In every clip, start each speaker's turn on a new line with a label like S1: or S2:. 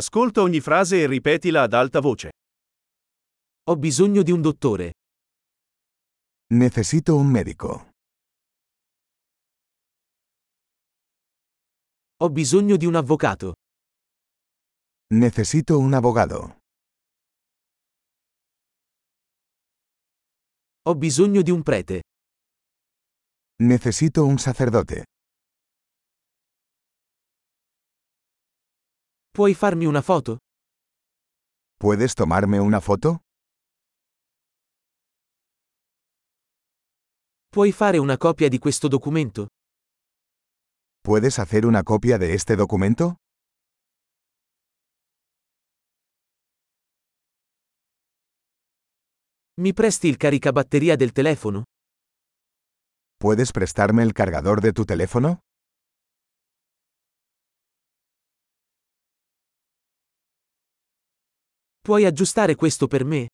S1: Ascolta ogni frase e ripetila ad alta voce.
S2: Ho bisogno di un dottore.
S3: Necesito un médico.
S2: Ho bisogno di un avvocato.
S3: Necesito un abogado.
S2: Ho bisogno di un prete.
S3: Necesito un sacerdote.
S2: Puoi farmi una foto?
S3: ¿Puedes tomarme una foto?
S2: Puoi fare una copia di questo documento?
S3: ¿Puedes hacer una copia de este documento?
S2: Mi presti il caricabatteria del telefono?
S3: ¿Puedes prestarme el cargador de tu teléfono?
S2: Puoi aggiustare questo per me?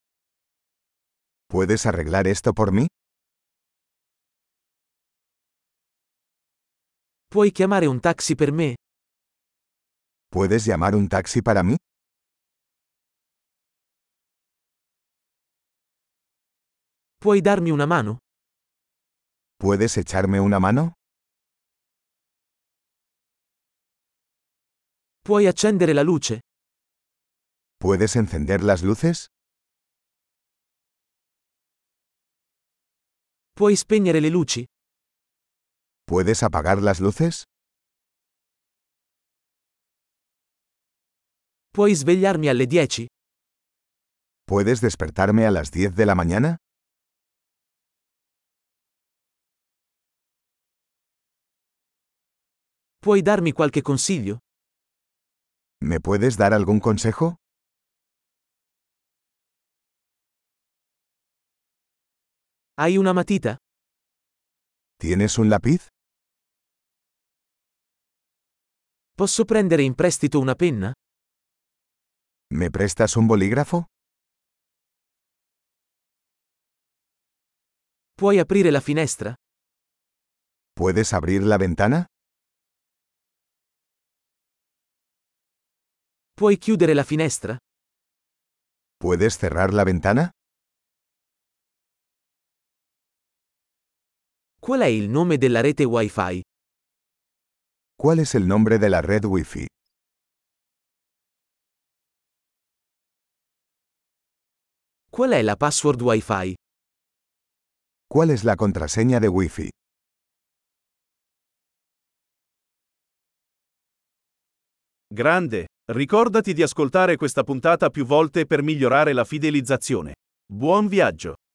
S3: ¿Puedes arreglar esto por mí?
S2: Puoi chiamare un taxi per me?
S3: ¿Puedes llamar un taxi para mí?
S2: Puoi darmi una mano?
S3: ¿Puedes echarme una mano?
S2: Puoi accendere la luce?
S3: ¿Puedes encender las luces?
S2: Puoi spegnere le luci?
S3: ¿Puedes apagar las luces?
S2: Puoi svegliarmi alle 10?
S3: ¿Puedes despertarme a las 10 de la mañana?
S2: Puoi darmi qualche consiglio?
S3: ¿Me puedes dar algún consejo?
S2: Hai una matita?
S3: ¿Tienes un lápiz?
S2: Posso prendere in prestito una penna?
S3: ¿Me prestas un bolígrafo?
S2: Puoi aprire la finestra?
S3: ¿Puedes abrir la ventana?
S2: Puoi chiudere la finestra?
S3: ¿Puedes cerrar la ventana?
S2: Qual è il nome della rete Wi-Fi?
S3: ¿Cuál es el nombre de la red Wi-Fi?
S2: Qual è la password Wi-Fi?
S3: ¿Cuál es la contraseña de Wi-Fi?
S1: Grande, ricordati di ascoltare questa puntata più volte per migliorare la fidelizzazione. Buon viaggio!